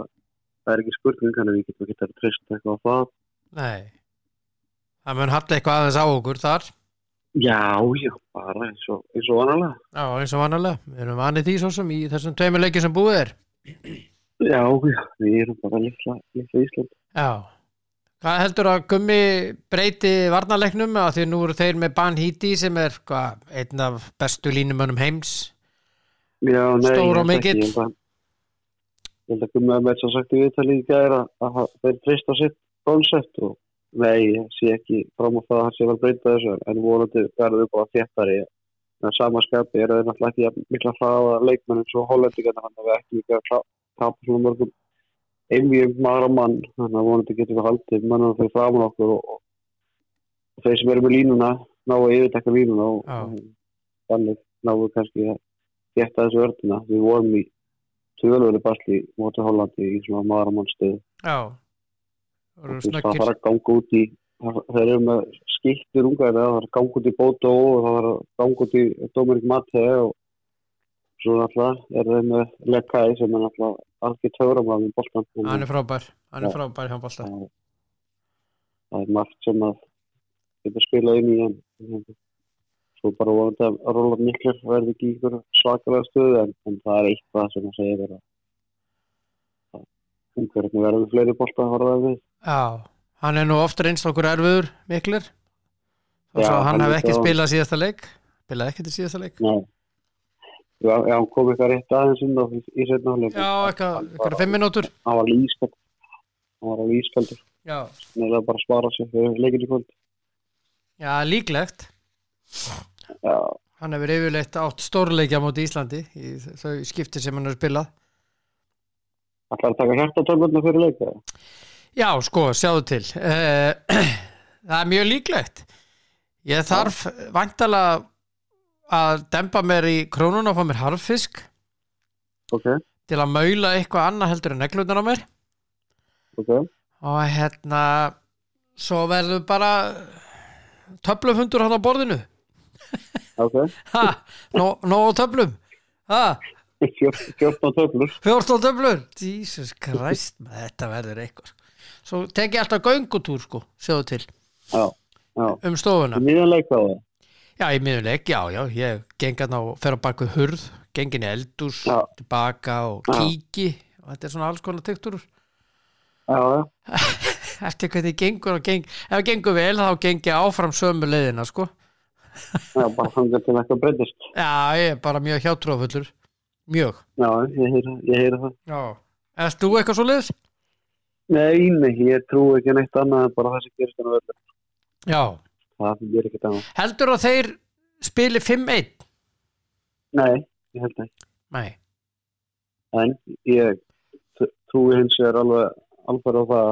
það er ekki spurning þannig að við getum ekki að trista eitthvað á það Nei. Það mun halla eitthvað aðeins á okkur þar. já, já, bara eins og, eins og vanalega Já, eins og vanalega. Við erum vanið því svo sem í þessum tveimur leikjum sem búið er. já, já, við erum bara litla, litla Ísland Já. Hvað heldur að gummi breyti varnalegnum að því nú eru þeir með Ban Hiti sem er hva, einn af bestu línumönnum heims. já, nei, Stór og ég held ekki, mikill. ég held að- ég held að koma með þess að sagt í viðtalið í gæra að að þeir trista sitt koncept og nei, ég sé ekki fram á það að hann sé vel breyta þessu en vonandi verður upp á að þéttari en samaskapi eru þeir náttúrulega ekki jafn mikla hraða leikmenn eins og hollendingarna þannig að við ekki ekki að klá- tapa svona mörgum einvíum maður á mann þannig að vonandi getum við haldið mannum fyrir framan okkur og, og þeir sem eru með línuna ná að yfirtekka línuna og Já. og þannig náum við kannski að þétta þessu ördina við vorum í tölvölu basli móti Hollandi í svona maður á mann stöðu Já. Það eru Þú veist, það snöggir. þarf að ganga út í það- þeir eru með skiltur ungar það þarf að ganga út í Bótó og það þarf að ganga út í Dominik Matte og svo náttúrulega er þeir með Lekkai sem er náttúrulega algjör töframann í boltan Hann það er frábær. Hann Já. er frábær í handbólta. það er margt sem að geta spilað inn í en en svo bara vonandi að Róland Mikler verði ekki í ykkur svakalega stöðu en, en það er eitthvað sem að segja þeirra umhverjum verður fleiri bolta að horfa við Já. Hann er nú oft reynst okkur erfiður miklir. Og Já, svo hann hann er hefði ekki svo- spilað síðasta leik. Spilaði ekki til síðasta leik. Nei. Já, já, hann kom eitthvað rétt aðeins inn á í, í setna hálfleik. Já, eitthvað, Hann var- eitthvað fimm mínútur. Hann var lískald. Hann var alveg ískaldur. Já. Neðlega bara að spara sér fyrir leikin í kvöld. Já, líklegt. Já, Hann hefur yfirleitt átt stórleikja móti Íslandi í þau skipti sem hann er spilað. ætlar að taka hérta tömurna fyrir leika. Já, sko, sjáðu til. Eh, Það er mjög líklegt. Ég þarf væntalega að dempa mér í krónun og fá mér harfisk Ok, til að maula eitthvað annað heldur en neglunar á mér ok. og hérna svo verður bara töflufundur hann á borðinu Ok. ha, nó, nóg á töflum ha, Fjör- 14 tömur. 14 töflur Jesus Christ, maður, þetta verður eitthvað sko. svo tek ég alltaf göngutúr sko, sjáðu til, Já, já. um stofuna Nýðan leika á það. Já, í miðuleik, já, já, ég geng aðna og fer á baku hurð, gengin í eldús, Já. tilbaka og Já. kíki og þetta er svona alls konar tekturur. Já, já. Eftir hvernig gengur og geng, ef það gengur vel þá geng ég áfram sömu leiðina, sko. Já, bara þangar til eitthvað breytist. Já, ég er bara mjög hjátrúfullur, mjög. Já, ég heyri, ég heyri það. Já. Erst þú eitthvað svo leiðis? Nei, nei, ég trú ekki neitt annað en bara það sem gerist en að verða. Já. Það fyrir ekki það. Heldur að þeir spili 5-1? Nei, ég held ekki. Nei. en ég tr- trúi hins vegar alveg alveg á það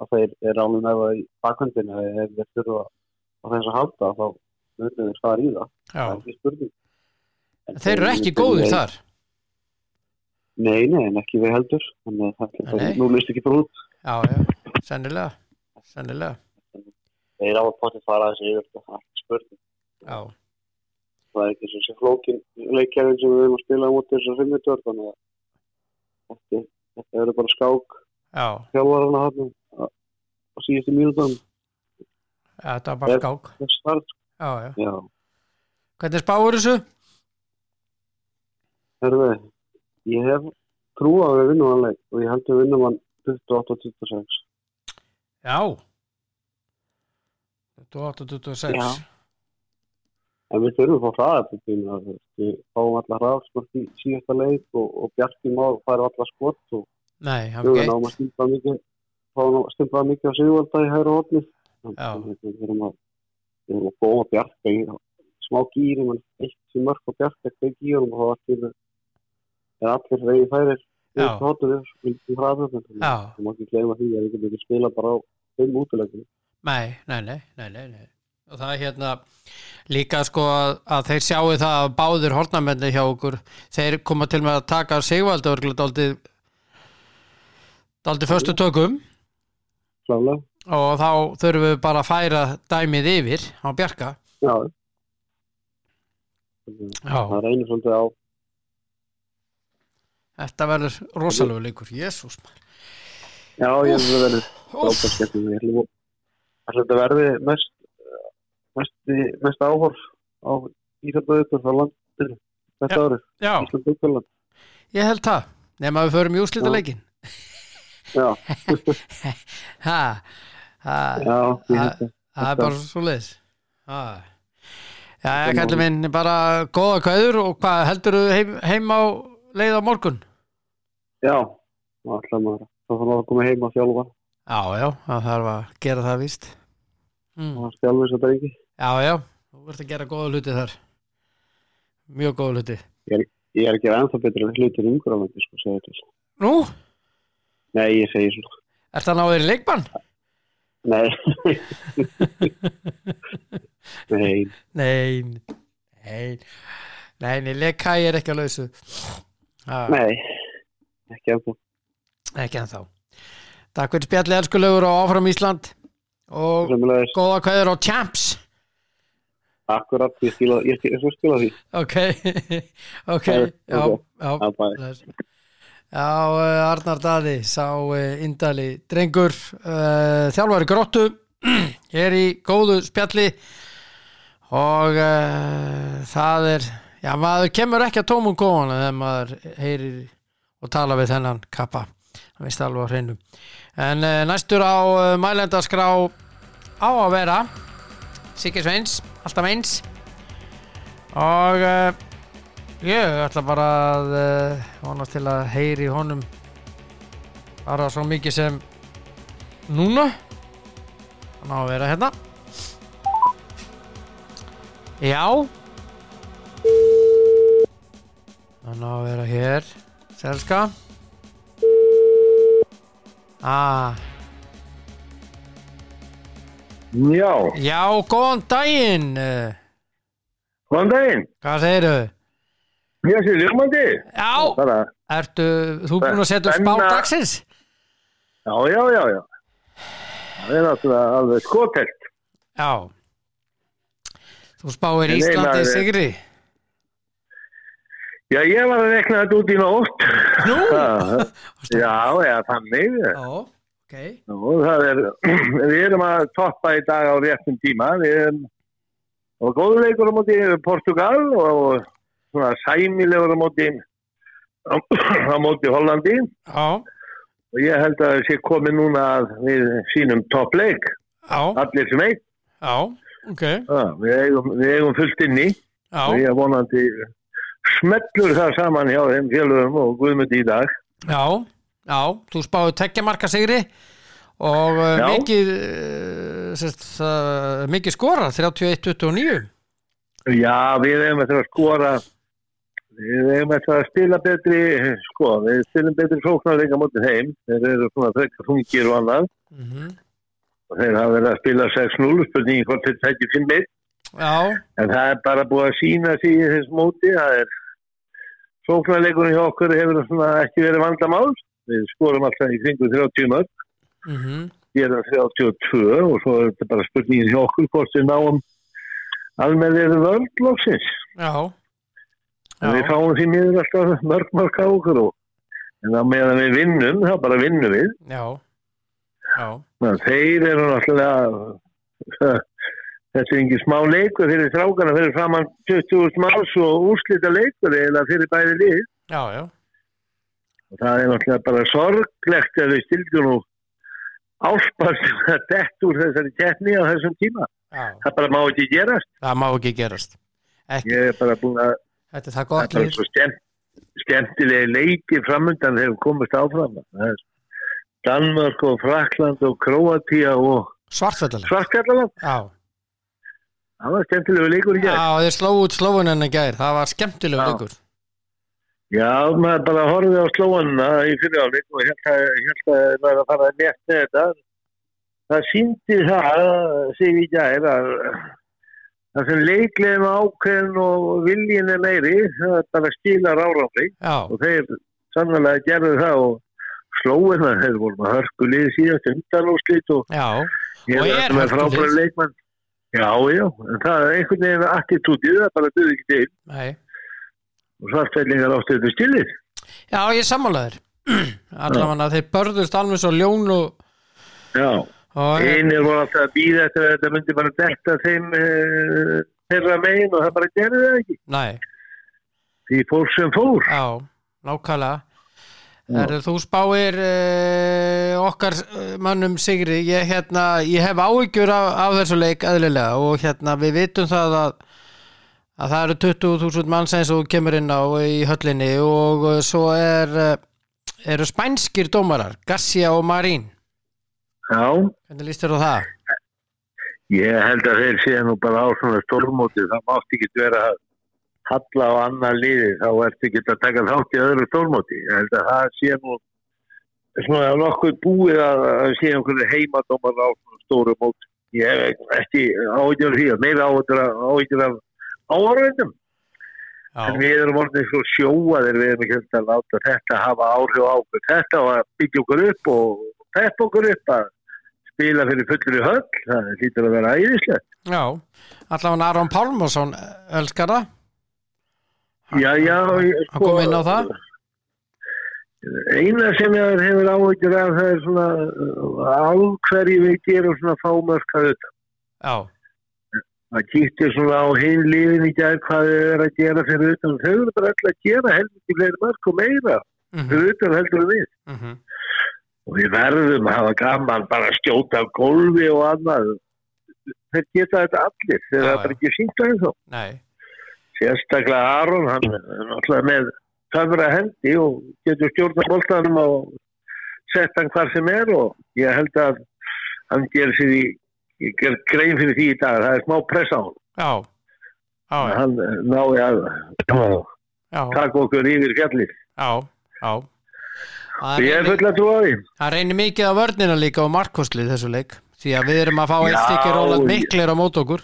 að þeir er alveg nefa í bakhundinu ef þeir þurfa á þess að halda þá mötum þeir fara í það, það Já. er ekki spurning En Þeir eru ekki góðir þar. Nei, nei, en ekki við heldur þannig að það Nei. er nú list ekki frá út Já, já, sennilega, sennilega, Þeir á að potið fara þessi yfir það er ekki spurning, já. það er ekki eins og þessi flókin leikjæðin sem við erum að spila á móti þessar fimmutjörn þannig að þetta- þetta eru bara skák Já, þjálfarana hann á síðustu mínútan já, þetta var bara Er- skák. þess sko. start, Já, já. já Hvernig spáur þessu? Herðu, ég hef trú á að við vinnum hann leik og ég held að við vinnum hann 28-26. Já 28-26 Já. En við þurfum að fá hraða til því að við fáum allar hraðskort í síðasta leik og, og Bjarki Már fær allar skort og Nei, hann við okay. náum að stimpla mikið, fáum að stimpla mikið á Sigvalda í hægra hotni. Já. Við þurfum að, við þurfum að góða Bjarka í smá gýrum en eitt sem mörg og Bjarka ekki gýrum og þá allir, er allir vegið færir. Já. Hóttur er í hraðaföndum. Já, Það má ekki gleyma því að við getum ekki spila bara á þeim útilegjum. nei, nei, nei, nei, nei, nei. Og það er hérna líka sko að, að þeir sjáu það að báðir hornamenni hjá okkur þeir koma til með að taka Sigvaldi örgulega daldið daldið föstu tökum Klálega. og þá þurfum við bara að færa dæmið yfir á Bjarka já, Já, það reynir svolítið á þetta verður rosalegu leikur, jésús já, ég held að það verði frábært getum við ætlum að þetta verði mest mest, mest áhorf á Íslandauður frá landinu þetta Já. árið, Já, Íslandauðurland ég held það nema að við förum í úslita leikin já, ha, ha, já, ég held að það er bara svo leiðis ha. Já, ég kallar minn bara góða kvæður og hvað heldur þú heim, heim á leið á morgun? já, það ætla maður þá þarf maður að koma heim að þjálfa Já, já, það þarf að gera það víst mm. og þjálfa þess að drengi Já, já, þú ert að gera góða hluti þar Mjög góða hluti ég er að gera ennþá betra hlutir umgur á landi sko, segja þetta Nú, nei, ég segi svona ert það náður í leikbann? Nei Nei, Nein, nein Nein, ég leik hæ er ekki að lausu ah, nei Ekki ennþá Ekki en þá Takk fyrir spjalli elskulegur og áfram Ísland og Sömulegis, góða kveður og champs akkurat, ég skila, ég skila, ég skila því Ok, ok Það er- Já, ok. já Já, bæ. bless. Já, eh, Arnar Daði sá eh, indali drengur eh, þjálfari gróttu er í góðu spjalli og eh, það er já, maður kemur ekki að tómum góðan þegar maður heyrir og tala við þennan kappa hann veist alveg á hreinu en eh, næstur á eh, mælendaskrá á að vera Siggi Sveins, alltaf eins og eh, Ég ætla bara að uh, vonast til að heyri í honum bara svo mikið sem núna hann á að vera hérna Já hann á að vera hér Selska ah, Já, Já, góðan daginn eh, hvaðan daginn? Hvað segirðu? Ég sé ljómandi. Já, Bara, ertu, þú búin að setja upp spá Spenna- dagsins? já, já, já, já. Það er náttúrulega alveg skotelt. Já Þú spáir Nei, nei, Íslandi maður- eh, sigri Já, ég var að rekna þetta út í nótt. Nú? Ha, já, já, þannig. Já, ok Nú, það er, við erum að toppa í dag á réttum tíma. Við erum og góðuleikur á móti Portugal og svona sæmilegur á móti á, á móti Hollandi Já, og ég held að það sé komið núna að við sínum toppleik, já, allir sem eitt já, ok Já, við eigum, við eigum fullt inni og Já, ég er vonandi smellur það saman hjá þeim félögum og guðmund í dag já, já Þú spáir tekja marka sigri og uh, Já. mikið uh, sérst, uh, mikið skora 31-29 Já, við eigum eftir að skora við eigum eftir að spila betri sko, við spilum betri sóknarleika mútið heim, þeir eru svona frekka fungir og annað mm og þeir hafa verið að spila 6-0 spurningi hvort þeir tækir 5-1 Já, en það er bara búið að sína sig í þess móti, það er sóknarleikunum hjá okkur hefur svona ekki verið vandamál við skorum alltaf í kringu 30 mörg mm ég er að 32 og svo er þetta bara spurningin hjá okkur hvort við náum almennir vörðlóksins. já Við Já, fáum því miður alltaf mörg mörg á okkur og en á meðan við vinnum, þá bara vinnum við. já, já, Ná, þeir eru náttúrulega þetta er engin smá leikur fyrir strákana fyrir framann 20.000 máls og úrslita leikur eða fyrir bæði lið. já, já, Og það er náttúrulega bara sorglegt að við stildum nú áspast að dett úr þessari keppni á þessum tíma. já Það bara má ekki gerast. Það má ekki gerast ekki, Ég er bara búin að, Þetta er það það er gott bara lið svo skemmt, skemmtilegi leiki framöndan þegar við komumst áfram. Það er Danmörk og Frakland og Kroatia og Svartfættalega Svartfjallaland. Já, Það var skemmtilegu leikur í gerð. Já, þeir sló út slóuninni gær, það var skemmtilega Já. leikur. Já, maður bara horfið á slóanna í fyriráleik og ég held að- ég held að það var að fara að létta þetta. Það síndi það, segir ég gæri, að það sem leiklegin og ákveðin og viljin er meiri, það bara skilar árangri. Já, og þeir sannlega gerðu það og slóið það, þeir vorum að hörku liði síðast undan og slít og Já, ég Og er er alltaf með hörkulið. frábæra leikmann. Já, já, en það er einhvern veginn attitútið, það bara duð ekki til nei og svartfællingar áttu þetta stilið. Já, ég er sammálaður Allavega þeir börðust alveg svo ljón og, Já, og einir voru alltaf að býða eftir að þetta myndi bara dekta þeim eh, þeirra megin og það bara gerði það ekki. Nei, Því fór sem fór. já, nákvæmlega Er, þú spáir uh, okkar eh, mönnum sigri ég, hérna, ég hef áhyggjur af, af þessu leik eðlilega og hérna, við vitum það að, að það eru 20.000 manns eins og þú kemur inn á í höllinni og eh, svo er, eh, eru spænskir dómarar Garcia og Marín Já, hvernig líst þér á það? ég held að þeir séu nú bara á svona stórmóti, það mátti ekki vera að halla á annar liði, þá ertu ekki að taka þátt í öðru stórmóti. Ég held að það sé nú svona nokkuð búið að að sé einhverju heimadómar á svona stóru móti. Ég hef ekki áhyggjur af því, meira áhyggjur af áhörðum. En Já, við erum orðin svo sjóaðir, við erum ekki hægt að láta þetta hafa áhrif á okkur. Þetta var að byggja okkur upp og peppa okkur upp að spila fyrir fullur í höll. Það lítur að vera æðislegt. já. allavega Aron Pálmarsson eh, elskar það Já, já. ég- sko- hann kom inn á það Eina sem ég hefur áhyggjur af það er svona uh, af hverju við gerum svona fámörk að þetta. já, Það kýttir svona á hinn liðin í gær hvað þau eru að gera fyrir utan. Þau eru bara alltaf að gera heldur fleiri mörg og meira mhm, fyrir utan heldur en við. mhm, og við verðum að hafa gaman bara að skjóta af gólfi og annað þeir geta þetta allir þegar Já, það er bara ekki sínt að þessu nei sérstaklega Aron hann er náttúrulega með töfra hendi og getur stjórna boltanum og sett hann hvar sem er og ég held að hann ger sér í ég ger grein fyrir því í dag það er smá pressa á hann já, já, já, hann nái að já. taka okkur yfir fjallir Já, já Það ég er reynir, full að trúa því það reynir mikið á vörnina líka og markostlið þessu leik því að við erum að fá eitt Já, stykki Róland ég- Miklir á mót okkur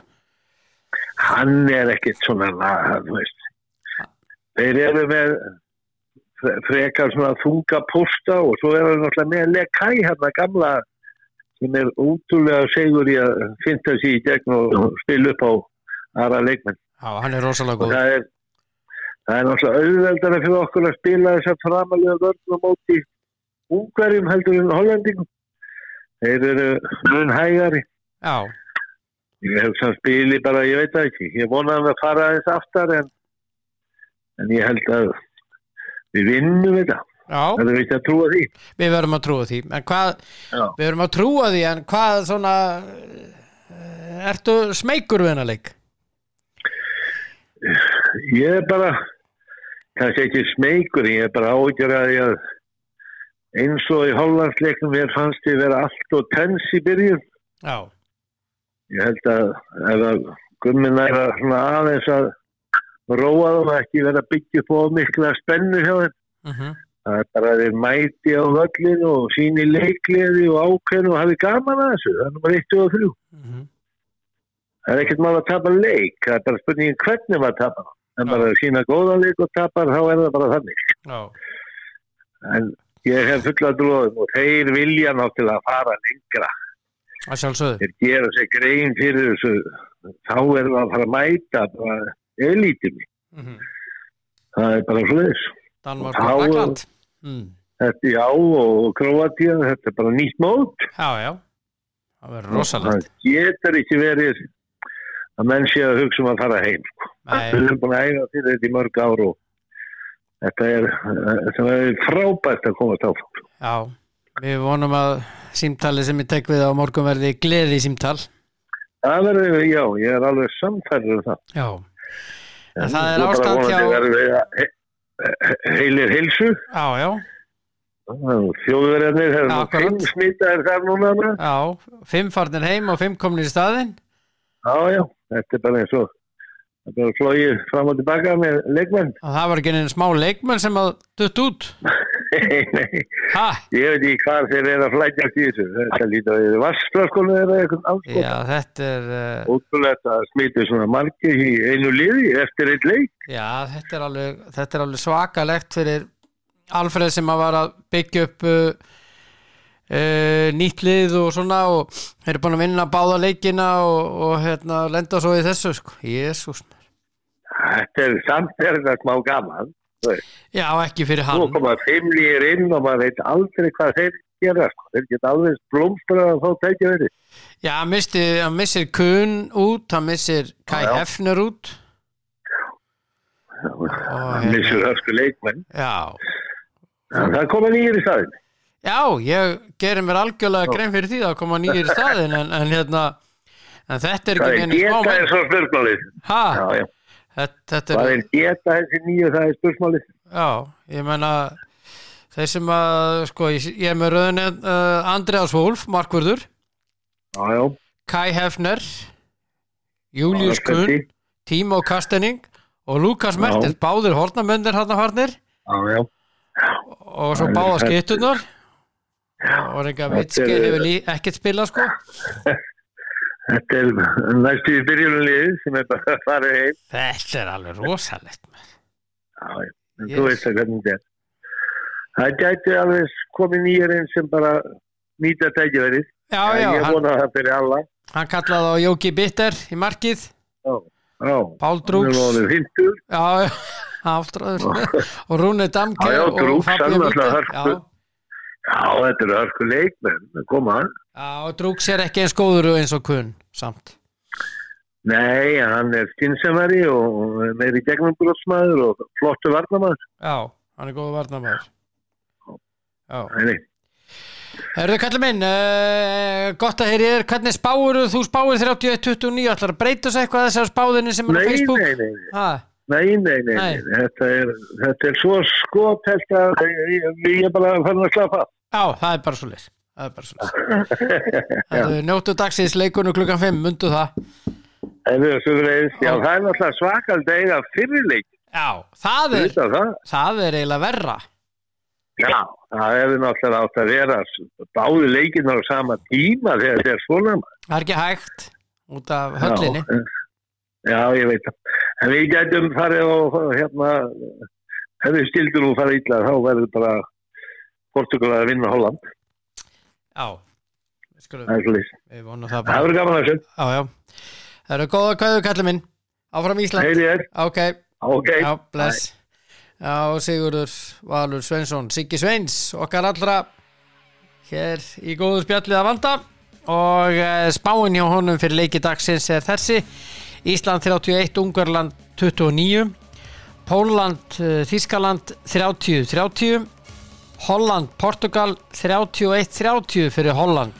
hann er ekkert svona lagað, þú veist. Þeir eru með fre- frekar svona þunga posta og svo er hann náttúrulega með Lekai hérna gamla sem er útrúlega segur í að finna sér í gegn og spila upp á aðra leikmenn. Já, hann er rosalega Og góð það er, það er náttúrulega auðveldara fyrir okkur að spila þess að framalega vörnum á móti ungarjum heldur en hollendingum. Þeir eru mun hægari. Já, Ég hef sem spili bara, ég veit það ekki. Ég vonaði að fara aðeins aftar en, en ég held að við vinnum þetta. já, Það er ekki að trúa því. við verum að trúa því en hvað, Já. við verum að trúa því en hvað svona eh, ertu smeykur við hennar leik Ég er bara, kannski ekki smeykur, ég er bara ágjör að ég eins og í Hollandsleiknum mér fannst ég vera allt og tens í byrjun. Já, Ég held að ef að gummin er að svona aðeins að róa það og ekki vera að byggja upp of mikla spennu hjá þeim. mhm, Það er bara að þeir mæti á völlinu og síni leikliði og ákveðinu og hafi gaman að þessu. Það er nummer 1 og 3. mhm, Það er ekkert mál að tapa leik. Það er bara spurningin hvernig maður tapar. En bara að sína góðan leik og tapar þá er það bara þannig. já, En ég hef fulla dróðum og þeir vilja náttúrulega fara lengra. að sjálfsögðu Þeir gera sér grein fyrir þessu. Þá er það að fara að mæta bara elítum. mhm. Það er bara svo þess. Danmark Þá- og Ragland mm. Þetta er já og Kroatia, þetta er bara nýtt mót. Já, já, það verður rosalegt Það getur ekki verið að menn sé að hugsa um að fara heim. sko. Við Nei, erum búin að æfa fyrir þetta í mörg ár og þetta er, þetta er frábært að komast áfram. já, við vonum að símtalið sem ég tek við á morgun verði gleði símtal Það verður, já, ég er alveg samfærður um það. Já, En það er Svo bara ástand vonandi hjá- verðum við að he- he- Heilir hilsu, já, já, þjóðverðarnir, það er nú Akkurat. fimm smitaðir þar núna. maður. já, fimm farnir heim og fimm komnir í staðinn Já, já, þetta er bara eins og, það er bara flóið fram og tilbaka með leikmenn. og það var ekki einn smá leikmenn sem að dutt út Nei, nei. ha, Ég veit ekki hvað þeir eru að flækjast í þessu. Þetta lítur að þeir vassflöskunni eru eitthvað áskot. já, þetta er uh, Ótrúlegt að smita svona margir í einu liði eftir eitt leik. já, þetta er alveg, þetta er alveg svakalegt fyrir Alfreð sem að var að byggja upp uh, uh, nýtt lið og svona og þeir eru búin að vinna báða leikina og, og hérna, lenda svo í þessu sko. Jésús Þetta er samt er þetta smá gaman. Já, ekki fyrir Nú hann koma fimm lýir inn og maður veit aldrei hvað þeir gera. sko. Þeir geta alveg blómstrað og þá tekja þeirri. Já, hann misti, hann missir Kuhn út hann missir Kai Já, já. Hefner út hérna- Það missur ösku leikmenn. Já, En Það koma nýjir í staðin. já ég gerir mér algjörlega grein fyrir því að koma nýjir í staðin en, en hérna en þetta er Það ekki er neina smá geta menn. eins og spurnálið. Ha, Já, já. Ah, þetta, þetta er Það er geta þessi nýju, það er spursmálið. Já, ég menna þeir sem að, sko, ég, ég er með röðinni uh, Andreas Wolf, Markvörður Já, já. Kai Hefner Július Kuhn, Timo Kastening og Lukas Já. Mertens, báðir hornamöndir hann að harnir Já, já. og svo Það er báða þetta- skiptunar og reyngar Þetta vitski er- hefur lí- ekkert spilað sko Þetta er næstu í byrjunarliðið sem er bara að fara heim. Þetta er alveg rosalegt maður. Já, já. En Yes. Þú veist það hvernig þetta er. Það gæti alveg komið nýjar inn sem bara nýta tækjaverið. Já, já, ég hann, vona það fyrir alla. hann kallaði á Jóki Bitter í markið, Já, já. Pál Hún er Drúks orðið 50. Já, já, áttræður og Rúni Damke Já, já, og Drúgs, Fabio hann er alltaf Vítar. hörku. já, Já, þetta eru hörku leikmenn. að Koma. já, og Drúks er ekki eins góður og eins og kunn samt Nei, hann er skynnsemari og meiri gegnumbrottsmaður og flottu varnamaður. Já, hann er góður varnamæður Já, Nei, nei. Herðu kallið minn uh, gott að heyri þér, hvernig spáur þú spáir 31-29, ætlar að breyta sig eitthvað þessar spáðinni sem er á Nei, Facebook nei, nei. Ha, Nei, nei, nei, Nei. nei. Þetta, er, þetta er svo skotelt að ég- ég er bara fann að slappa. af. Já, það er bara svo leys Það er bara Ah, svo leys Njóttu dagsins leikunum klukkan 5, mundu það En við erum svo reyðis, já Ó. það er náttúrulega svakald að eiga fyrirleik, Já, það er, þetta það. það er eiginlega verra Já, það hefur náttúrulega átt að vera s- báði leikinar á sama tíma þegar þetta er svona. maður. Það er ekki hægt út af höllinni Já, já, ég veit það. En við gætum farið og hérna, ef við skildur nú fara illa þá verður bara Portugal að vinna Holland. Já, við skulum, Það er svolítið. við vonum það Það bara verður gaman að sjönda. Já, já, það eru góða kvæðu kallið minn Áfram Ísland, Heyrið er, ok, ok. já, bless Já, Sigurður Valur Sveinsson, Siggi Sveins, okkar allra Hér í góðu spjallið að vanda Og eh, spáin hjá honum fyrir leiki dagsins er þessi Ísland 31, Ungarland 29 Pólland, eh, Þískaland 30-30 Holland, Portugal 31-30 fyrir Holland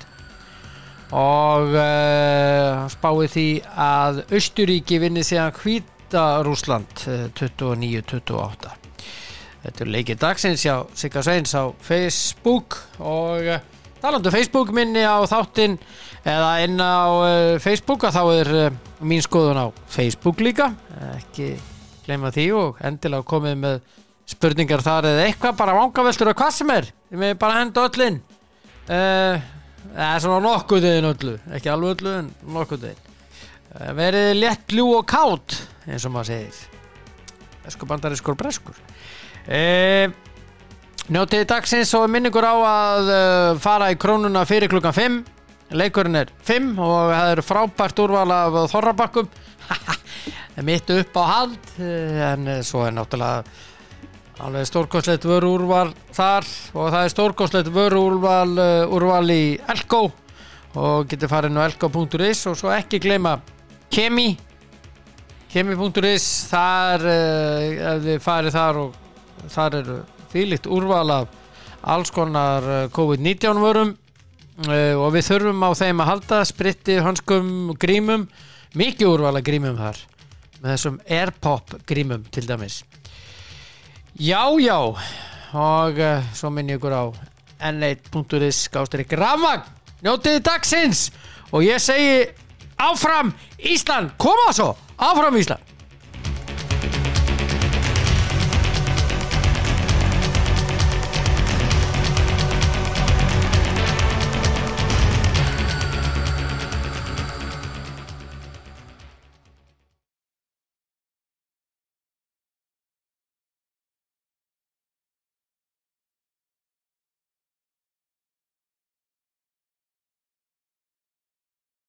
og uh, spáið því að Östuríki vinni síðan hvíta eh, Rúsland 29-28 Þetta er leikið dagsins hjá Sigga Sveins á Facebook og uh, talandu Facebook minni á þáttinn eða inn á uh, Facebook að þá er uh, mín skoðun á Facebook líka ekki gleyma því og endilega komið með spurningar þar eða eitthvað bara vangaveltur og hvað sem er við með bara henda öllin uh, eða svona nokkuðin öllu ekki alveg öllu en nokkuðin uh, verið létt ljú og kátt eins og maður segir esku bandariskur breskur Eh, Njótið dagsins og minningur á að uh, fara í krónuna fyrir klukkan 5 leikurinn er 5 og það er frábært úrval af þorrabakkum mitt upp á hald eh, en eh, svo er náttúrulega alveg stórkoslegt vöru úrval þar og það er stórkoslegt vöru úrval, uh, úrval í Elko og getur farið nú elko.is og svo ekki gleyma Kemi Kemi.is þar uh, ef þið farið þar og þar eru þýlikt úrval af alls konar eh, COVID-19 vörum uh, og við þurfum á þeim að halda spritti, hönskum, grímum mikið úrval af grímum þar með þessum Airpop grímum til dæmis Já, já og uh, svo minn ég ykkur á n1.is skástrík rafmagn njótiði dagsins og ég segi áfram Ísland, koma svo áfram Ísland